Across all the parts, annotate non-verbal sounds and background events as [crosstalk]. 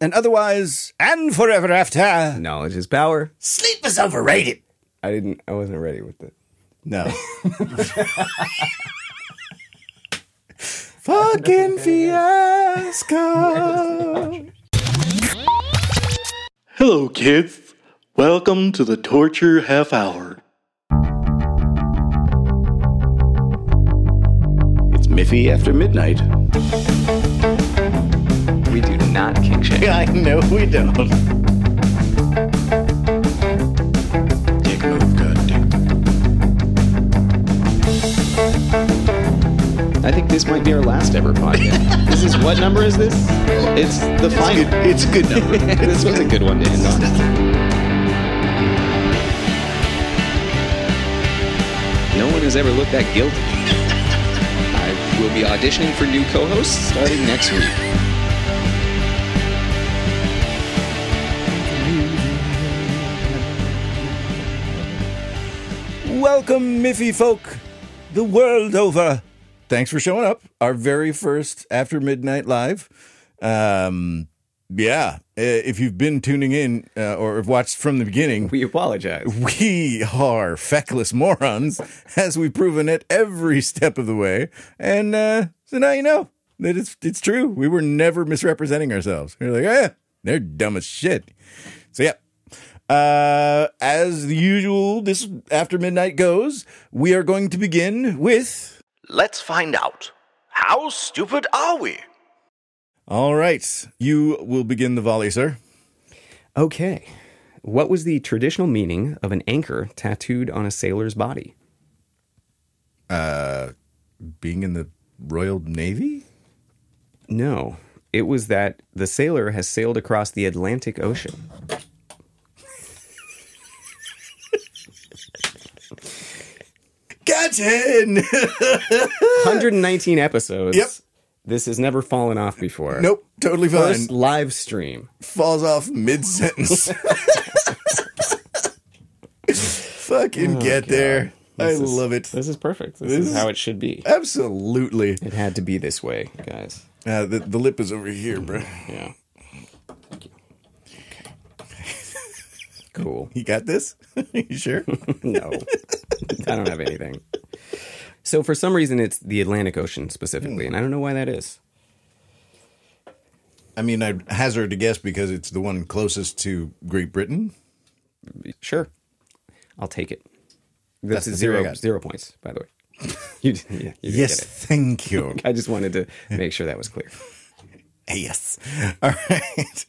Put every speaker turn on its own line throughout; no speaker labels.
and otherwise, and forever after.
Knowledge is power.
Sleep is overrated.
I didn't. I wasn't ready with it.
No. Fucking fiasco.
Hello, kids. Welcome to the Torture Half Hour. It's Miffy after midnight.
We do not kink shame.
[laughs]
I know we don't. Dick move, good dick.
I think this might be our last ever podcast. this is what number is this? It's the final.
It's a good number.
[laughs] this was a good one to end on. No one has ever looked that guilty. I will be auditioning for new co-hosts starting next week.
Welcome, Miffy folk, the world over. Thanks for showing up. Our very first After Midnight Live. Um, yeah, uh, if you've been tuning in uh, or have watched from the beginning,
We apologize.
we are feckless morons, as we've proven at every step of the way. And uh, so now you know that it's it's true. We were never misrepresenting ourselves. We are like, eh, they're dumb as shit. So yeah. Uh, as usual, this after midnight goes, we are going to begin with
Let's find out. How stupid are we?
All right. You will begin the volley, sir.
Okay. What was the traditional meaning of an anchor tattooed on a sailor's body?
Being in the Royal Navy?
No. It was that the sailor has sailed across the Atlantic Ocean.
Captain!
119 episodes.
Yep.
This has never fallen off before.
nope, totally fine.
First live stream.
[laughs] Falls off mid sentence. [laughs] Fucking get there. I
This is-
love it.
This is perfect. This, is, how it should be.
Absolutely.
It had to be this way, guys.
Uh, the, the lip is over here, bro.
Yeah. Cool.
You got this? [laughs] you sure?
No, [laughs] I don't have anything. So for some reason, it's the Atlantic Ocean
Hmm.
specifically, and I don't know why that is.
I mean, I'd hazard a guess because it's the one closest to Great Britain.
Sure, I'll take it.
That's
That's,
the theory I
zero
got.
zero points, by the way. [laughs] You, did- yeah, you did
Yes,
get it.
thank you.
I just wanted to make sure that was clear.
Yes. [laughs] All right.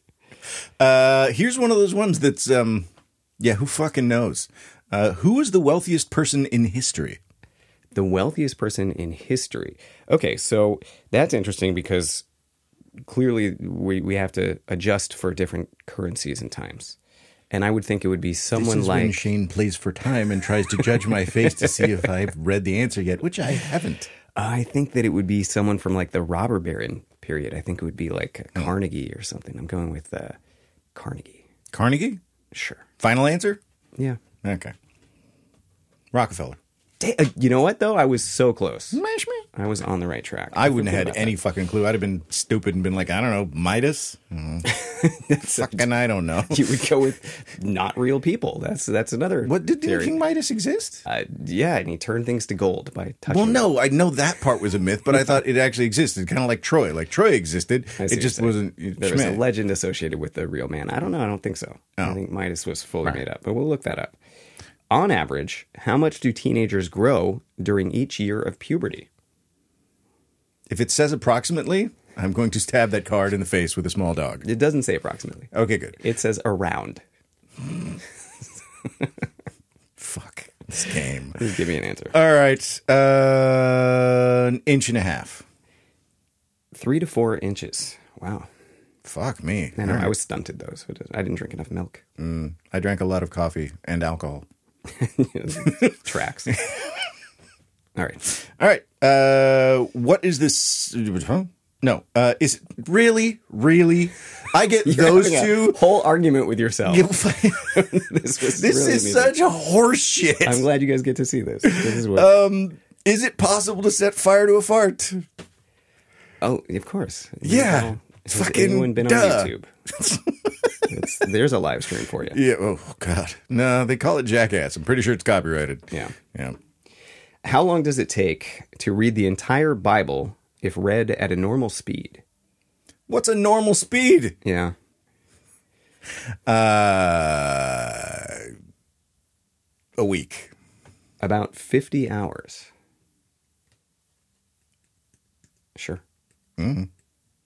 Uh, here's one of those ones that's, um, yeah, who fucking knows? Uh, who is the wealthiest person in history?
the wealthiest person in history. Okay, so that's interesting because clearly we, we have to adjust for different currencies and times. And I would think it would be
This
someone
is when
like
Shane plays for time and tries to judge my face to see if I've read the answer yet, which I haven't.
I think that it would be someone from like the robber baron period. I think it would be like
Hmm.
Carnegie or something. I'm going with uh, Carnegie.
Carnegie?
Sure.
Final answer?
Yeah.
Okay. Rockefeller.
Da- uh, you know what though? I was so close. I was on the right track.
I wouldn't have had any fucking clue. I'd have been stupid and been like, I don't know, Midas? Mm. [laughs] fucking, I don't know.
[laughs] You would go with not real people. That's that's another.
What did do you
theory.
think Midas exist?
Uh, yeah, and he turned things to gold by touching.
Well,
it.
no, I know that part was a myth, but I thought it actually existed, kind of like Troy. Like Troy existed,
I see
it just
what you're saying.
wasn't. It,
There was a
Schmidt.
legend associated with the real man. I don't know. I don't think so.
Oh.
I think Midas was fully made up, but we'll look that up. On average, how much do teenagers grow during each year of puberty?
if it says approximately, I'm going to stab that card in the face with a small dog.
It doesn't say approximately.
Okay, good.
It says around.
Fuck this game.
Please give me an answer.
All right, uh, an inch and a half.
Three to four inches. Wow.
Fuck me.
I know. I was stunted though, so it doesn't- I didn't drink
[laughs]
enough milk. [laughs]
I drank a lot of coffee and alcohol.
Tracks. All right.
All right. Uh, what is this? Huh? No. Uh, is it really, really? I
[laughs]
get [laughs] those
Having a
two.
whole argument with yourself. [laughs] this
this
was really
is
amusing.
such Oh, horseshit.
I'm glad you guys get to see this. This is what.
Is it possible to set fire to a fart?
oh, of course.
Yeah.
Has
Fucking
anyone been
duh. [laughs]
on YouTube? It's- there's a live stream for you.
Yeah. Oh God. No, they call it Jackass. I'm pretty sure it's copyrighted.
Yeah.
Yeah.
How long does it take to read the entire Bible if read at a normal speed?
What's a normal speed?
Yeah.
Uh, a week.
About 50 hours. Sure.
I mean,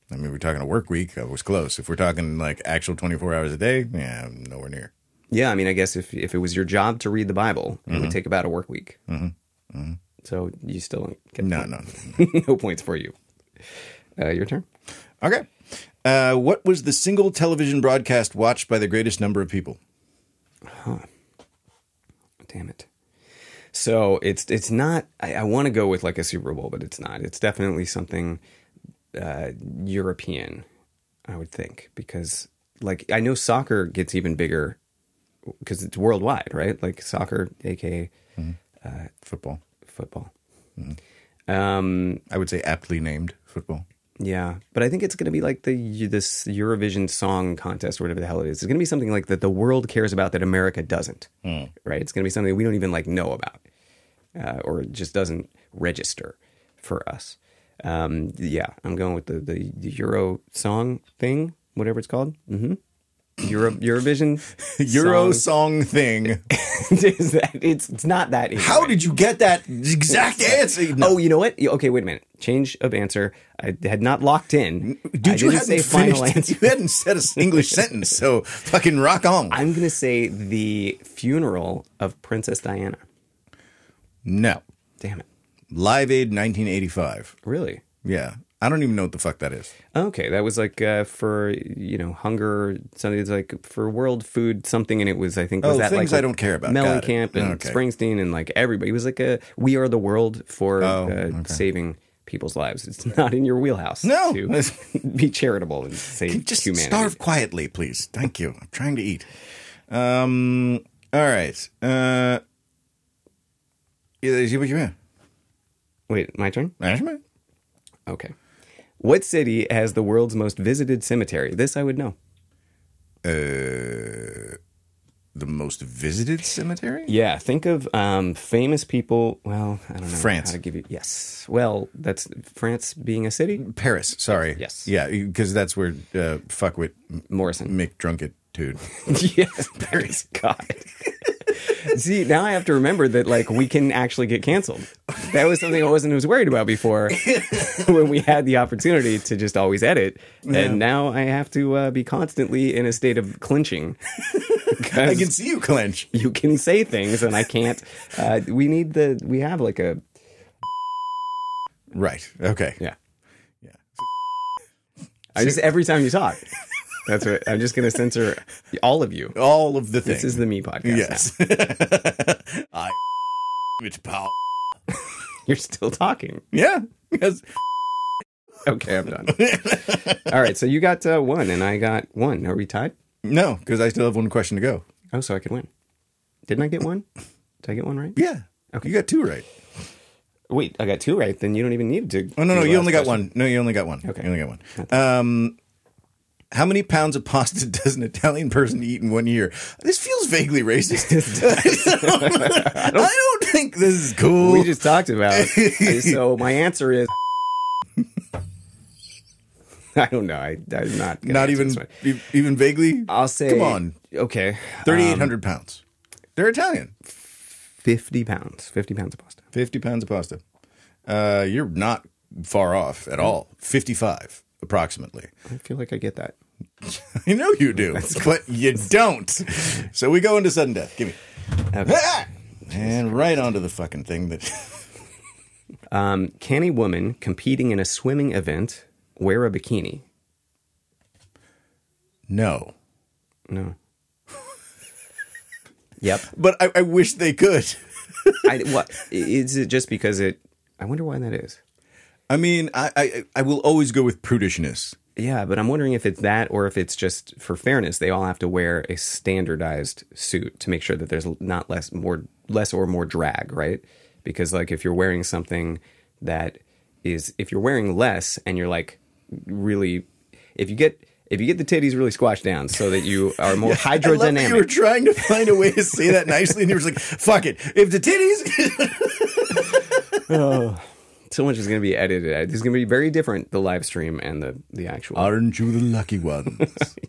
we're talking a work week. I was close. If we're talking like actual 24 hours a day, yeah, I'm nowhere near.
Yeah, I mean, I guess if if it was your job to read the Bible, it would take about a work week. Mm-hmm. So you still don't get
No, no.
[laughs] no. points for you. Uh, your turn.
Okay. Uh, what was the single television broadcast watched by the greatest number of people?
Damn it. So it's it's not. I, I want to go with like a Super Bowl, but it's not. It's definitely something uh, European, I would think, because like I know soccer gets even bigger because it's worldwide, right? Like soccer, aka
Football.
football. Um,
I would say aptly named football.
Yeah, but I think it's going to be like the this Eurovision Song Contest, or whatever the hell it is. It's going to be something like that the world cares about that America doesn't,
Hmm.
right? It's going to be something we don't even like know about, uh, or it just doesn't register for us. Um, yeah, I'm going with the, the the Euro Song thing, whatever it's called. Mm-hmm. Euro Eurovision
[laughs] Euro
Song-
song thing.
[laughs] Is that- it's it's not that. easy,
How
right?
did you get that
[laughs]
exact answer? No.
Oh, you know what? Yeah, Okay, wait a minute. Change of answer. I had not locked in. I
Oh, Dude, you
didn't
hadn't
say final
finished-
answer.
[laughs] You hadn't said an English sentence, so fucking rock on.
I'm going to say the funeral of Princess Diana.
no.
Damn it.
Live Aid 1985.
Really?
Yeah. I don't even know what the fuck that is.
Okay, that was like uh, for, you know, hunger, something it's like for world food something and it was I think was
Oh,
that like
things I
with
don't care about. Got it.
Mellencamp and
Okay.
Springsteen and like everybody. It was like a we are the world for
Oh,
uh, saving people's lives. It's not in your wheelhouse
No. [laughs]
to be charitable and save
Just
humanity.
starve quietly, please. Thank you. I'm trying to eat. Um, all right. Uh, yeah, is what you mean?
Wait, my turn?
Management?
Okay. What city has the world's most visited cemetery? This I would know.
Uh, The most visited cemetery?
Yeah, think of um, famous people. Well, I don't know
France.
how to give you. Yes, well, that's France being a city.
Paris, sorry.
Yes.
Yeah, because that's where uh, fuckwit
Morrison.
Mick Drunkett, dude.
[laughs] yes, Paris. God. [laughs] See, now I have to remember that like we can actually get canceled. That was something I wasn't as worried about before [laughs] when we had the opportunity to just always edit, and now I have to uh, be constantly in a state of clinching.
[laughs] I can see you clench.
you can say things and I can't. Uh, we need the we have like a
Right. Okay.
yeah yeah. I just every time you talk, that's what I'm just going to censor all of you.
All of the things.
This is the me podcast.
yes. [laughs] I it's power.
now. [laughs] you're still talking.
Yeah. Yes.
Okay, I'm done. all right, so you got uh, one and I got one. Are we tied?
No, because I still have one question to go.
Oh, so I could win. Didn't I get one? Did I get one right?
Yeah.
Okay.
You got two right.
Wait, I got two right. Then you don't even need to.
Oh no,
do
no,
the
you
last
only got
question.
one. No, you only got one.
Okay.
You only got one. Um how many pounds of pasta [laughs] does an Italian person eat in one year? This feels vaguely
[laughs]
racist. [laughs] I, don't, think this is cool.
We just talked about.
[laughs]
it. so my answer is. [laughs] I don't know. I, I'm not. gonna
Not
answer
even
this one.
e- even vaguely.
I'll say. um,
Come on,
Okay. uh,
thirty eight hundred pounds. They're Italian.
50 pounds. 50 pounds of pasta.
50 pounds of pasta. Uh, you're not far off
Hmm.
at all. 55 approximately.
I feel like I get that.
I know [laughs] you do, but you don't. So we go into sudden death. Give me.
Okay.
[laughs] Ah! And right onto the fucking thing that. [laughs]
Um, can a woman competing in a swimming event wear a bikini?
No.
No. [laughs] yep.
But I, I wish they could.
I, what is it? Just because it? I wonder why that is.
I mean, I, I, I will always go with prudishness.
Yeah, but I'm wondering if it's that or if it's just for fairness, they all have to wear a standardized suit to make sure that there's not less more less or more drag, right? Because like if you're wearing something that is if you're wearing less and you're like really if you get if you get the titties really squashed down so that
[laughs]
you are more
I love that you were
hydrodynamic.
trying to find a way to say that nicely, and you were just like, "Fuck it." If the titties,
So much is going to be edited. out. This is going to be very different. The live stream and the the actual.
aren't you the lucky [laughs] ones?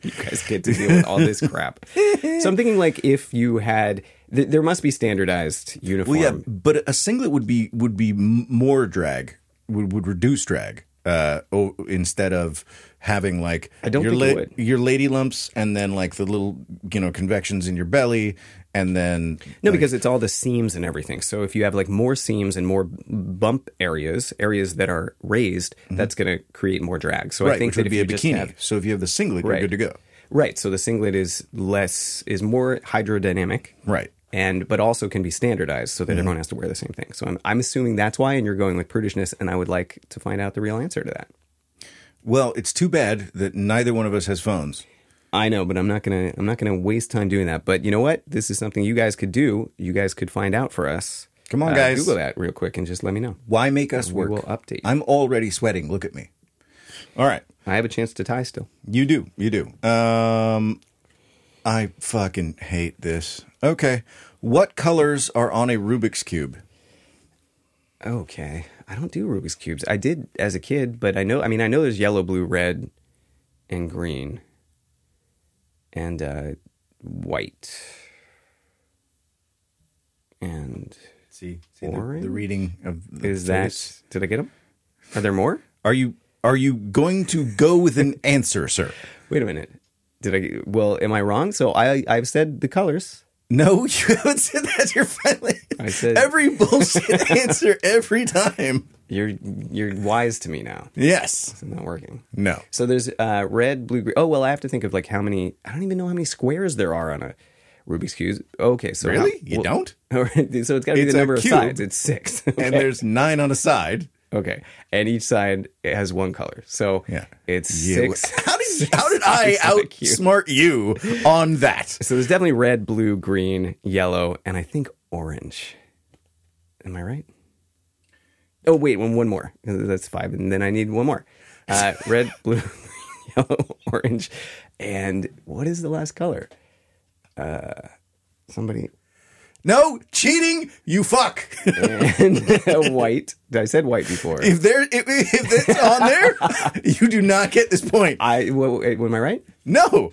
you [laughs] guys get to deal with all this crap. So I'm thinking like if you had, th- there must be standardized uniform.
well, yeah, but a singlet would be would be m- more drag, would would reduce drag. Uh, o- instead of having like
I don't
your,
think it would.
your lady lumps and then like the little you know convections in your belly and then
No, because it's all the seams and everything. So if you have like more seams and more bump areas, areas that are raised, that's going to create more drag. So I
Mm-hmm. right
think
which
that
would
if
be a
you just
bikini.
have-
so if you have the singlet,
Right.
you're good to go.
right. So the singlet is less is more hydrodynamic.
Right. Mm-hmm.
And but also can be standardized so that everyone has to wear the same thing. So I'm I'm assuming that's why, and you're going with prudishness. And I would like to find out the real answer to that.
Well, it's too bad that neither one of us has phones.
I know, but I'm not gonna I'm not gonna waste time doing that. But you know what? This is something you guys could do. You guys could find out for us. Uh,
Come on, guys.
Google that real quick and just let me know.
Why make us
We
work?
will update you.
I'm already sweating. Look at me. All right.
I have a chance to tie still.
You do. You do. Um, I fucking hate this. Okay. What colors are on a Rubik's Cube?
Okay. I don't do Rubik's cubes. I did as a kid, but I know. I mean, I know there's yellow, blue, red, and green, and uh, white, and
See,
the- the
the,
Orange?
reading of the
is that? Did I get them? Are there more?
Are you are you going to go with an [laughs] answer, sir?
Wait a minute. Did I? Well, am I wrong? So I I've said the colors.
No, [laughs] you haven't said that. You're finally
I said- [laughs]
every bullshit answer every time.
You're you're wise to me now.
Yes.
It's not working.
No.
So there's uh, red, blue, green. Oh well, I have to think of like how many. I don't even know how many squares there are on a Rubik's cube. Okay, so
Really?
how-
You
well-
don't?
[laughs] All right, so it's got to be
It's
the
a
number of
cube.
sides. It's six. Okay.
And there's nine on a side.
[laughs] okay, and each side it has one color. So
Yeah.
it's
You-
six.
[laughs] How did
[laughs]
how did I
It's like you.
outsmart you on that?
So there's definitely red, blue, green, yellow, and I think orange. Am I right? Oh wait, one one more. That's five, and then I need one more. [laughs] Uh, red, blue, green, yellow, orange, and what is the last color? Uh, somebody
No cheating, you fuck.
and [laughs] white. I said white
[laughs]
before.
if there, if, if it's on
[laughs]
there, you do not get this point.
I wa- wait, am I right?
No, [laughs]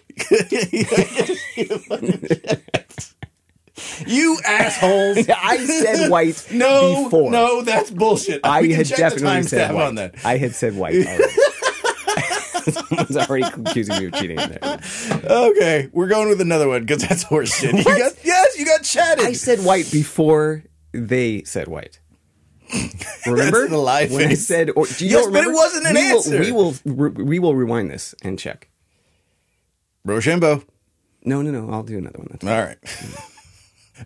you assholes.
[laughs] [laughs] I said [laughs] white
No,
before.
no, that's bullshit.
I
We can
had
check
definitely
the
said
timestamp
white.
on that.
I had said white. Already. [laughs] Someone's already accusing me of cheating there.
Okay, we're going with another one because that's horseshit. You got, yes, you got chatted.
I said white before they said white. Remember
That's the lie
when I
face.
said? Or, do you
Yes,
don't
but it
remember?
wasn't an
we
answer.
Will, we will re- we will rewind this and check.
Rochambeau.
No, no, no. I'll do another one. That's
All right. [laughs]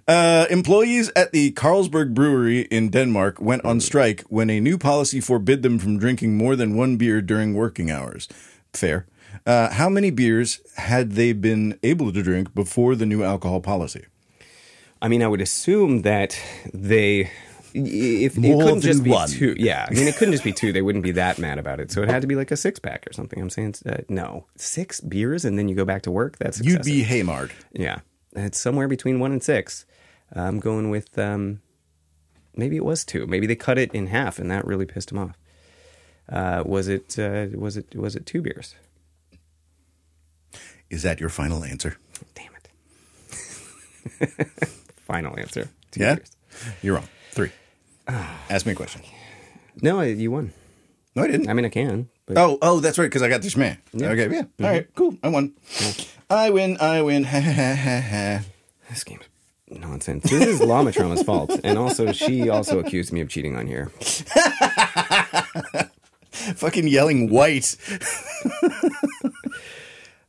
Uh, employees at the Carlsberg Brewery in Denmark went on strike when a new policy forbid them from drinking more than one beer during working hours. Fair. Uh, how many beers had they been able to drink before the new alcohol policy?
I mean, I would assume that they. If
More
it couldn't just
than
be
one.
two, yeah. I mean, it couldn't just be two. They wouldn't be that mad about it. So it had to be like a six pack or something. I'm saying uh, no, six beers and then you go back to work. That's
You'd
excessive.
be haymard.
yeah. It's somewhere between one and six. I'm going with um, maybe it was two. Maybe they cut it in half, and that really pissed him off. Uh, was it? Uh, was it? Was it two beers?
Is that your final answer?
Damn it! [laughs] Final answer. Two
yeah,
beers. Ah.
you're wrong. Three. Ask me a question.
No, I- you won.
No, I didn't.
I mean, I can. But
Oh, oh, that's right, because I got this man. Okay, yeah.
Mm-hmm.
All right, cool. I won. I win. I win. [laughs] Ha ha ha ha. ha.
This game's nonsense. This is Lama Trauma's fault. And also, she also accused me of cheating on here.
Fucking yelling white.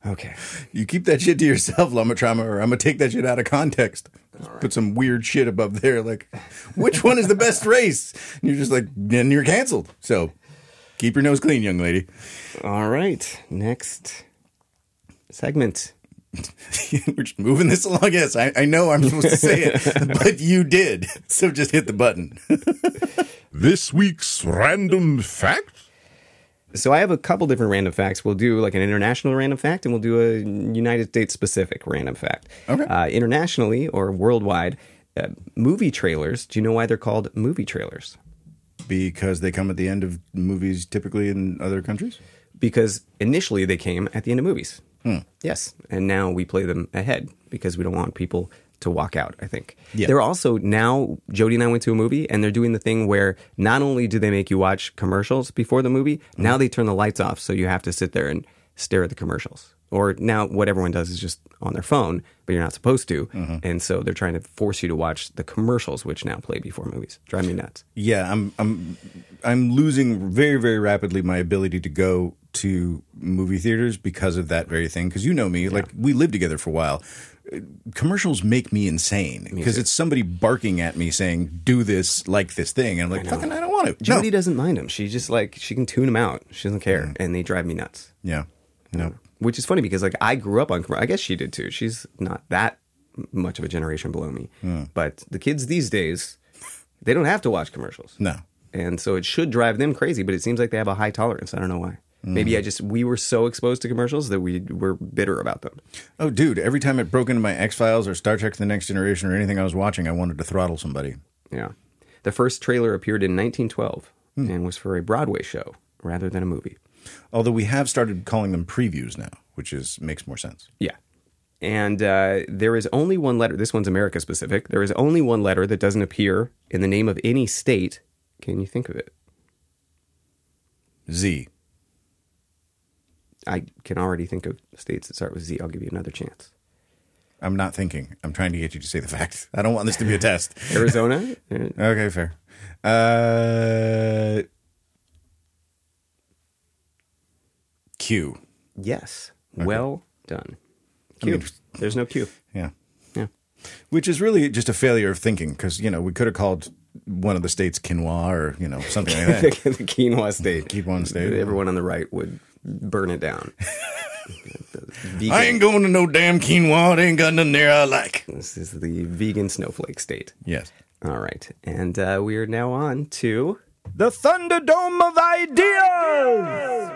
Okay.
You keep that shit to yourself, Lama Trauma, or I'm gonna take that shit out of context. Just Put some weird shit above there, like which one is the best race? And you're just like, then you're canceled. So keep your nose clean, young lady. [laughs]
All right. Next segment.
we're just moving this along. Yes, I, I know I'm supposed to say it, but you did. So just hit the button.
This week's random fact
So I have a couple different random facts. We'll do like an international random fact, and we'll do a United States specific random fact.
Okay.
Uh, internationally or worldwide, uh, movie trailers. Do you know why they're called movie trailers?
[laughs] because they come at the end of movies typically in other countries.
Because initially they came at the end of movies. Yes, and now we play them ahead because we don't want people to walk out. I think
Yeah.
they're also now. Jody and I went to a movie, and they're doing the thing where not only do they make you watch commercials before the movie, now they turn the lights off, so you have to sit there and stare at the commercials. Or now what everyone does is just on their phone, but you're not supposed to, and so they're trying to force you to watch the commercials, which now play before movies. Drive me nuts.
Yeah, I'm I'm I'm losing very very rapidly my ability to go to movie theaters because of that very thing. Because you know me, like we lived together for a while. Uh, Commercials make me insane because it's somebody barking at me saying, "Do this, like this thing," and I'm like, "Fucking, I don't want to."
Jody
no.
doesn't mind them. She just like she can tune them out. She doesn't care, and they drive me nuts.
Yeah, no.
which is funny because like I grew up on commercial. I guess she did too. She's not that much of a generation below me, but the kids these days they don't have to watch commercials,
No.
and so it should drive them crazy. But it seems like they have a high tolerance. I don't know why. Maybe I just we were so exposed to commercials that we were bitter about them.
Oh, dude! Every time it broke into my X Files or Star Trek: The Next Generation or anything I was watching, I wanted to throttle somebody.
Yeah, the first trailer appeared in 1912 and was for a Broadway show rather than a movie.
Although we have started calling them previews now, which is makes more sense.
Yeah. And uh, there is only one letter. This one's America specific. There is only one letter that doesn't appear in the name of any state. Can you think of it?
Z.
I can already think of states that start with Z. I'll give you
[laughs]
another chance.
I'm not thinking. I'm trying to get you to say the [laughs] fact. I don't want this to be a
[laughs]
test.
Arizona? Uh,
Okay, fair. Uh, Q.
yes. Well done. Q.
mean-
There's no Q.
Yeah.
Yeah.
Which is really just a failure of thinking because, you know, we could have called one of the states quinoa or, you know, something like
[laughs] the [laughs]
that.
quinoa
[laughs]
state.
Keep on state.
Everyone on the right would burn
[laughs]
it down. Vegan.
I ain't going to no damn quinoa. It ain't got nothing there I like.
this is the vegan snowflake state.
Yes.
All right. And uh, we are now on to.
The Thunderdome of Ideas!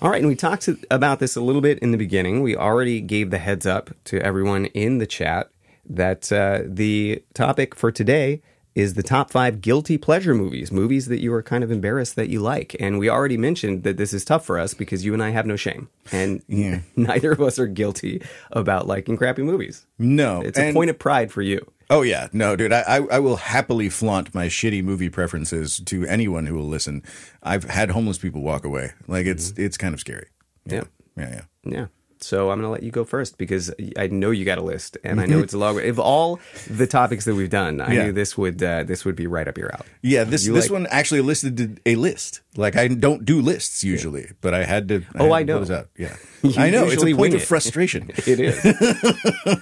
All right, and we talked to- about this a little bit in the beginning. We already gave the heads up to everyone in the chat that uh, the topic for today is the top five guilty pleasure movies, movies that you are kind of embarrassed that you like. And we already mentioned that this is tough for us because you and I have no shame, and [laughs] neither of us are guilty about liking crappy movies.
No.
It's a
and-
point of pride for you.
Oh yeah, no, dude. I, I I will happily flaunt my shitty movie preferences to anyone who will listen. I've had homeless people walk away. Like it's
Mm-hmm.
it's kind of scary.
Yeah.
Yeah, yeah.
Yeah. So I'm going to let you go first because I know you got a list, and I know it's a long. If all the topics that we've done, I
Yeah.
knew this would uh, this would be right up your alley.
Yeah, this this
like-
one actually listed a list. Like I don't do lists usually, but I had to.
Oh,
had
I
to
know.
Those out. Yeah,
[laughs] You
I know. It's
usually
a
wing
point of
it. [laughs]
frustration.
It is.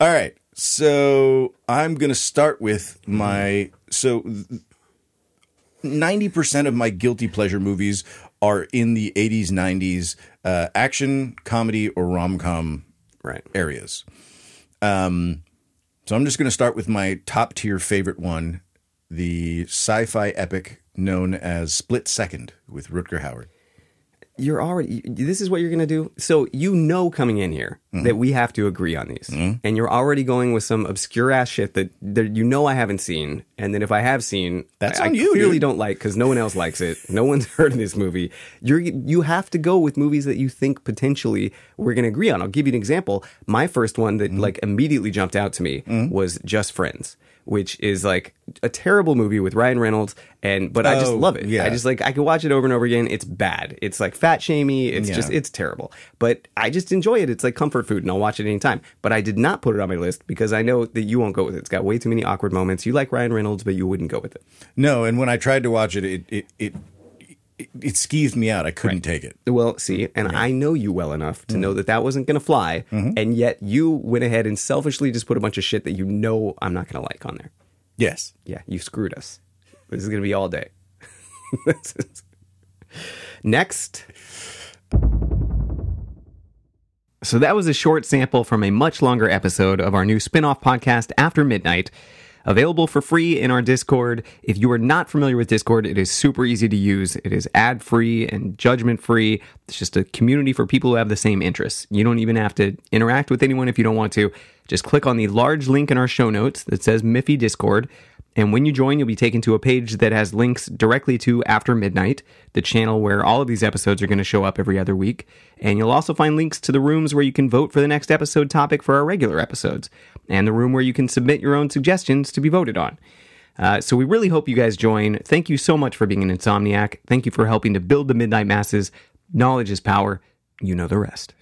All right, so I'm gonna start with my so ninety percent of my guilty pleasure movies are in the '80s, '90s uh, action, comedy, or rom com
right.
areas. Um, so I'm just going to start with my top tier favorite one, the sci-fi epic known as Split Second with Rutger Howard.
You're already. y- This is what you're going to do. So you know coming in here
Mm-hmm.
that we have to agree on these, and you're already going with some obscure ass shit that, that you know I haven't seen, and then if I have seen,
That's
I,
on
I
you,
clearly
dude.
don't like because no one else likes it. No one's [laughs] heard of this movie. You're you have to go with movies that you think potentially we're going to agree on. I'll give you an example. My first one
Mm-hmm.
that like immediately jumped out to me was Just Friends. Which is like a terrible movie with Ryan Reynolds, and but I just
Oh,
love it.
yeah.
I just like I could watch it over and over again. It's bad. It's like fat shamey. It's
Yeah.
just it's terrible. But I just enjoy it. It's like comfort food, and I'll watch it anytime. But I did not put it on my list because I know that you won't go with it. It's got way too many awkward moments. You like Ryan Reynolds, but you wouldn't go with it.
No, and when I tried to watch it, it it it it, it skeeved me out. I couldn't take it.
Well, see, and I know you well enough to
Mm-hmm.
know that that wasn't going to fly, and yet you went ahead and selfishly just put a bunch of shit that you know I'm not going to like on there.
Yes.
Yeah, you screwed us. This is going to be all day. [laughs] This is- Next. So that was a short sample from a much longer episode of our new spin-off podcast After Midnight. available for free in our Discord. If you are not familiar with Discord, it is super easy to use. It is ad free and judgment free. It's just a community for people who have the same interests. You don't even have to interact with anyone if you don't want to. Just click on the large link in our show notes that says Miffy Discord. And when you join, you'll be taken to a page that has links directly to After Midnight, the channel where all of these episodes are going to show up every other week. And you'll also find links to the rooms where you can vote for the next episode topic for our regular episodes, and the room where you can submit your own suggestions to be voted on. Uh, so we really hope you guys join. Thank you so much for being an insomniac. Thank you for helping to build the Midnight Masses. Knowledge is power. You know the rest.